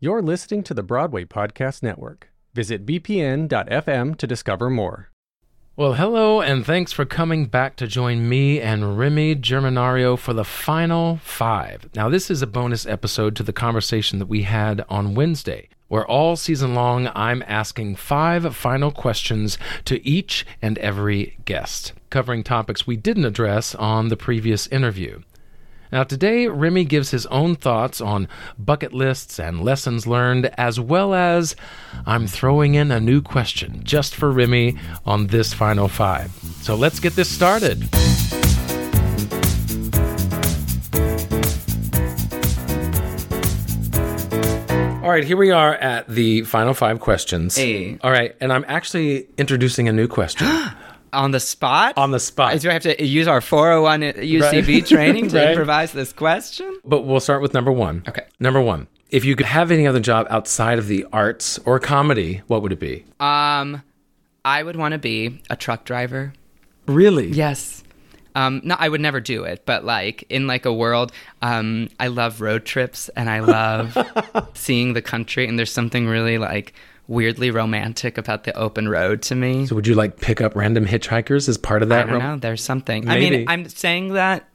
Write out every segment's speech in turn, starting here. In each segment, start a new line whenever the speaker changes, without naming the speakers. You're listening to the Broadway Podcast Network. Visit bpn.fm to discover more.
Well, hello, and thanks for coming back to join me and Remy Germanario for the final five. Now, this is a bonus episode to the conversation that we had on Wednesday, where all season long I'm asking five final questions to each and every guest, covering topics we didn't address on the previous interview. Now, today, Remy gives his own thoughts on bucket lists and lessons learned, as well as I'm throwing in a new question just for Remy on this final five. So let's get this started. All right, here we are at the final five questions.
Hey.
All right, and I'm actually introducing a new question
on the spot?
on the spot.
Do I have to use our 401 at UCB
Right.
training to
Right.
improvise this question?
But we'll start with number one.
Okay.
Number one. If you could have any other job outside of the arts or comedy, what would it be?
Um, I would want to be a truck driver.
Really?
Yes. Um, no, I would never do it, but like in like a world, um, I love road trips and I love seeing the country. And there's something really like weirdly romantic about the open road to me.
So would you like pick up random hitchhikers as part of
I
that?
don't
ro-
know. There's something. I
Maybe.
mean, I'm saying that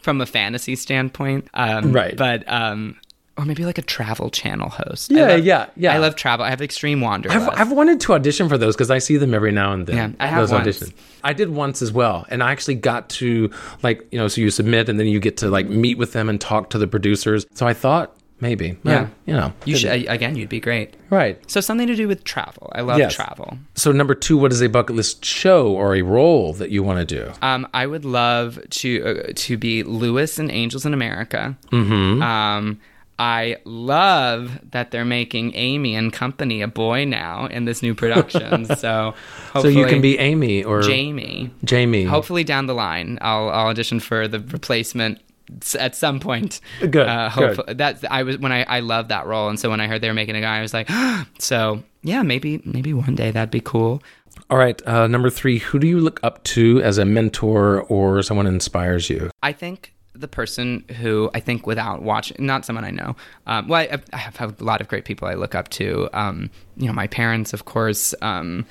from a fantasy standpoint, um,
Right.
But um, or maybe like a travel channel host. I
Yeah,
love-
yeah, yeah.
I love travel. I have extreme wanderlust.
I've, I've wanted to audition for those because I see them every now and then.
Yeah, I have
those
once.
auditions. I did once as well, and I actually got to like you know, so you submit and then you get to like meet with them and talk to the producers. So I thought maybe, yeah,
Yeah.
you know,
you should again. You'd be great.
right.
So something to do with travel. I love
Yes.
travel.
So number two, what is a bucket list show or a role that you want to do?
Um, I would love to uh, to be Lewis and Angels in America. Mm-hmm. Um, I love that they're making Amy and Company a boy now in this new production. so
So
hopefully
you can be Amy or
Jamie.
Jamie.
Hopefully down the line, I'll, I'll audition for the replacement s- at some point.
Good,
Uh,
good.
hopef- That's I was when I I loved that role, and so when I heard they were making a guy, I was like, so yeah, maybe maybe one day that'd be cool.
All right, uh, number three. Who do you look up to as a mentor or someone who inspires you?
I think the person who I think without watching, not someone I know. Um, well, I, I have a lot of great people I look up to. Um, you know, my parents, of course. Um,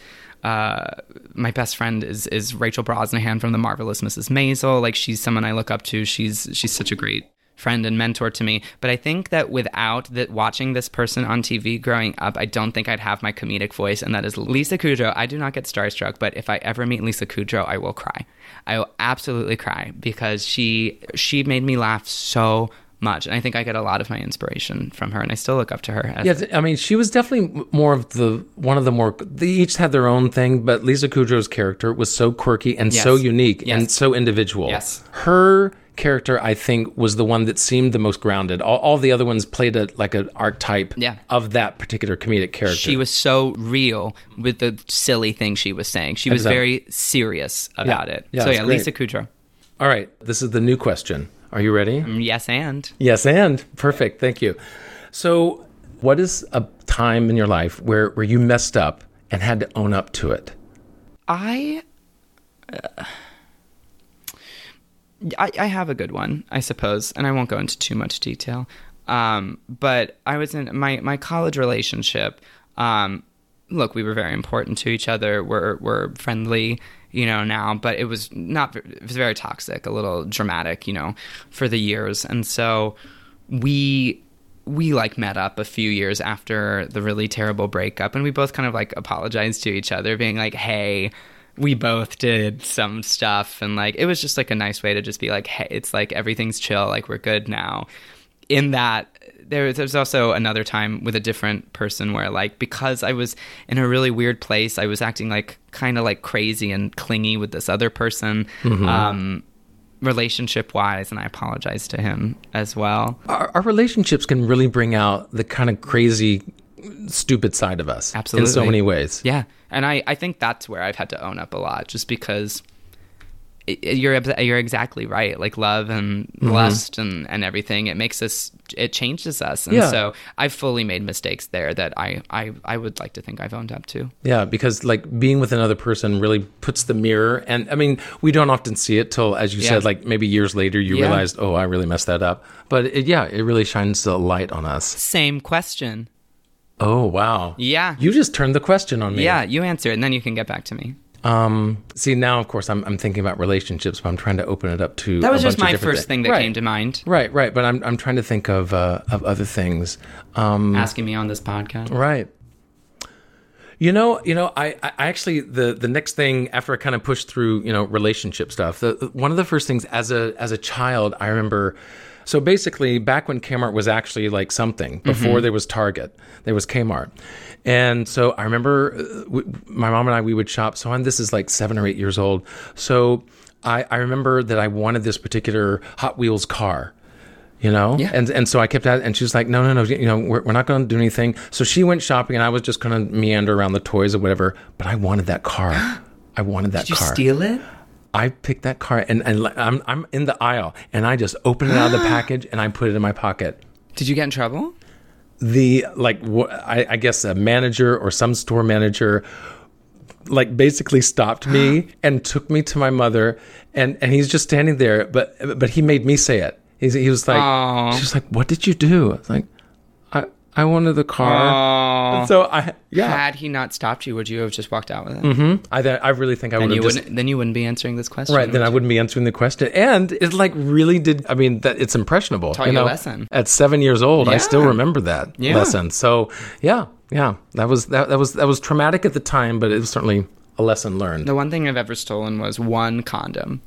uh, my best friend is is Rachel Brosnahan from the marvelous Mrs. Maisel. Like she's someone I look up to. She's she's such a great friend and mentor to me. But I think that without that watching this person on TV growing up, I don't think I'd have my comedic voice, and that is Lisa Kudrow. I do not get starstruck, but if I ever meet Lisa Kudrow, I will cry. I will absolutely cry because she she made me laugh so much, and I think I get a lot of my inspiration from her, and I still look up to her. As,
Yeah, th- I mean, she was definitely m- more of the one of the more. They each had their own thing, but Lisa Kudrow's character was so quirky and so
Yes.
unique and
Yes.
so individual.
Yes.
her character, I think, was the one that seemed the most grounded. All, all the other ones played a like an archetype
Yeah.
of that particular comedic character.
She was so real with the silly thing she was saying. She was
Exactly.
very serious about it.
Yeah,
so
it's
yeah,
great.
Lisa Kudrow.
All right, this is the new question. Are you ready?
Yes, and
Yes, and perfect. Thank you. So, what is a time in your life where where you messed up and had to own up to it?
I, uh, I, I have a good one, I suppose, and I won't go into too much detail. Um, but I was in my my college relationship. Um, look, we were very important to each other. We're we're friendly, you know, now. But it was not. ve- It was very toxic, a little dramatic, you know, for the years. And so we we like met up a few years after the really terrible breakup and we both kind of like apologized to each other being like hey we both did some stuff and like it was just like a nice way to just be like hey it's like everything's chill like we're good now in that there there's also another time with a different person where like because I was in a really weird place I was acting like kind of like crazy and clingy with this other person um relationship wise and I apologized to him as well
our, our relationships can really bring out the kind of crazy stupid side of us in so
Absolutely.
many ways
Yeah. And I, I think that's where I've had to own up a lot just because i- i- you're ex- you're exactly right. Like love and
Mm-hmm.
lust and and everything, it makes us it changes us. And
Yeah.
so I've fully made mistakes there that I I I would like to think I've owned up to.
Yeah, because like being with another person really puts the mirror, and I mean, we don't often see it till, as you
Yeah.
said, like maybe years later you
Yeah.
realized, oh, I really messed that up. But it, yeah, it really shines a light on us.
Same question.
Oh wow,
Yeah.
you just turned the question on me.
yeah, you answer it and then you can get back to me.
Um. See, now of course I'm I'm thinking about relationships, but I'm trying to open it up to
That was
a
just
bunch of
my
different thi-
first thing that
right.
came to mind
Right, right. But I'm I'm trying to think of uh, of other things. Um.
asking me on this podcast.
Right. You know, you know, I, I I actually the the next thing after I kind of pushed through, you know, relationship stuff. The one of the first things as a as a child, I remember. So basically, back when Kmart was actually like something before there was Target, there was Kmart, and so I remember uh, w my mom and I we would shop. So I'm this is like seven or eight years old. So I I remember that I wanted this particular Hot Wheels car you know
Yeah.
and and so i kept at and she was like no no no you know we're, we're not going to do anything so she went shopping and i was just going to meander around the toys or whatever but i wanted that car i wanted that car
it?
i picked that car and, and like, I'm, I'm in the aisle and i just opened it out of the package and i put it in my pocket
Did you get in trouble?
the like wh- I, I guess a manager or some store manager like basically stopped me and took me to my mother and and he's just standing there but but he made me say it he's, he was like
Aw.
she was like what did you do I was like I I wanted the car
Oh.
so I yeah Mm-hmm. hmm?
Had he not stopped you, would you have just walked out with it?
I th- I really think I would
Then
have
you
just
wouldn't. Then you wouldn't be answering this question.
Right, then I wouldn't be answering the question. And it like really did. I mean, that it's impressionable.
Taught you a lesson.
At seven years old, I still
Yeah.
remember that
Yeah.
lesson. So yeah, yeah, that was that, that was that was traumatic at the time, but it was certainly a lesson learned.
The one thing I've ever stolen was one condom.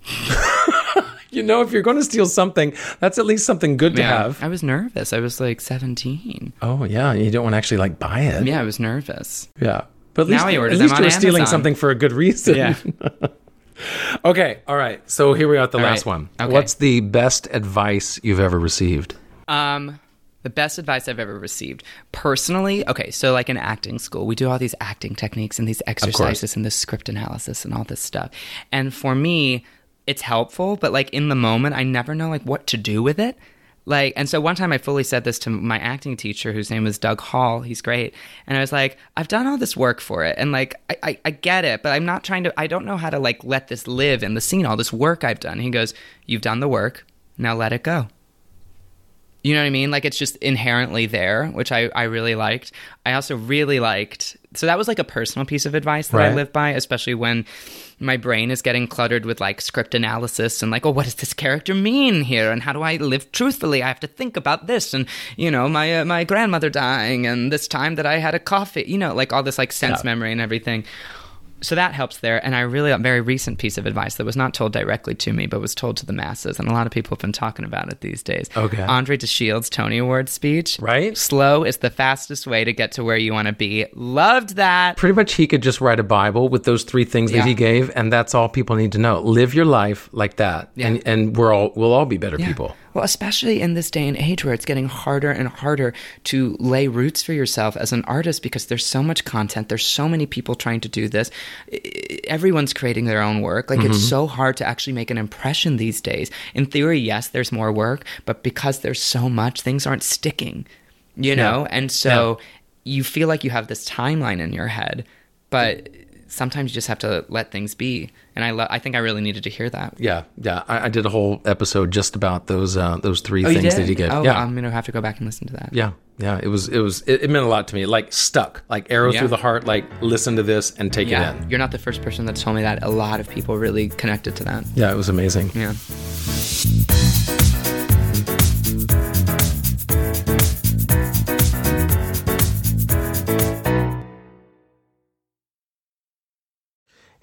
You know, if you're going to steal something, that's at least something good to have.
I was nervous. I was like 17.
Oh yeah, you don't want to actually like buy it.
Yeah, I was nervous.
Yeah. But at
Now
least,
I order
at
them
least
on
you were stealing
Amazon.
something for a good reason.
Yeah.
okay. All right. So here we are at the
right.
last one.
Okay.
What's the best advice you've ever received?
Um, the best advice I've ever received personally. Okay, so like in acting school, we do all these acting techniques and these exercises and this script analysis and all this stuff. And for me, it's helpful, but like in the moment, I never know like what to do with it. Like, and so one time I fully said this to my acting teacher, whose name is Doug Hall. He's great. And I was like, I've done all this work for it. And like, I, I, I get it, but I'm not trying to, I don't know how to like let this live in the scene, all this work I've done. He goes, You've done the work. Now let it go. You know what I mean? Like it's just inherently there, which I, I really liked. I also really liked so that was like a personal piece of advice that I
Right.
live by, especially when my brain is getting cluttered with like script analysis and like, oh, what does this character mean here? And how do I live truthfully? I have to think about this, and you know, my uh, my grandmother dying, and this time that I had a coffee, you know, like all this like sense memory and everything. So that helps there. And I really, a very recent piece of advice that was not told directly to me, but was told to the masses. And a lot of people have been talking about it these days.
Okay.
Andre DeShield's Tony Award speech.
Right.
Slow is the fastest way to get to where you want to be. Loved that.
pretty much he could just write a Bible with those three things
Yeah.
that he gave, and that's all people need to know. Live your life like that, and and we're all we'll all be better people.
Well, especially in this day and age where it's getting harder and harder to lay roots for yourself as an artist because there's so much content, there's so many people trying to do this. I- I- Everyone's creating their own work. Like it's so hard to actually make an impression these days. In theory, yes, there's more work, but because there's so much, things aren't sticking, you know? And so you feel like you have this timeline in your head, but sometimes you just have to let things be. And I lo- I think I really needed to hear that.
Yeah, yeah. I, I did a whole episode just about those uh, those three
Oh, you
things that he
did?
gave.
Oh,
yeah,
I'm gonna have to go back and listen to that.
yeah, yeah. It was it was it, it meant a lot to me. Like stuck, like arrow
Yeah.
through the heart. Like listen to this and take it in.
You're not the first person that's told me that. A lot of people really connected to that.
Yeah, it was amazing.
Yeah.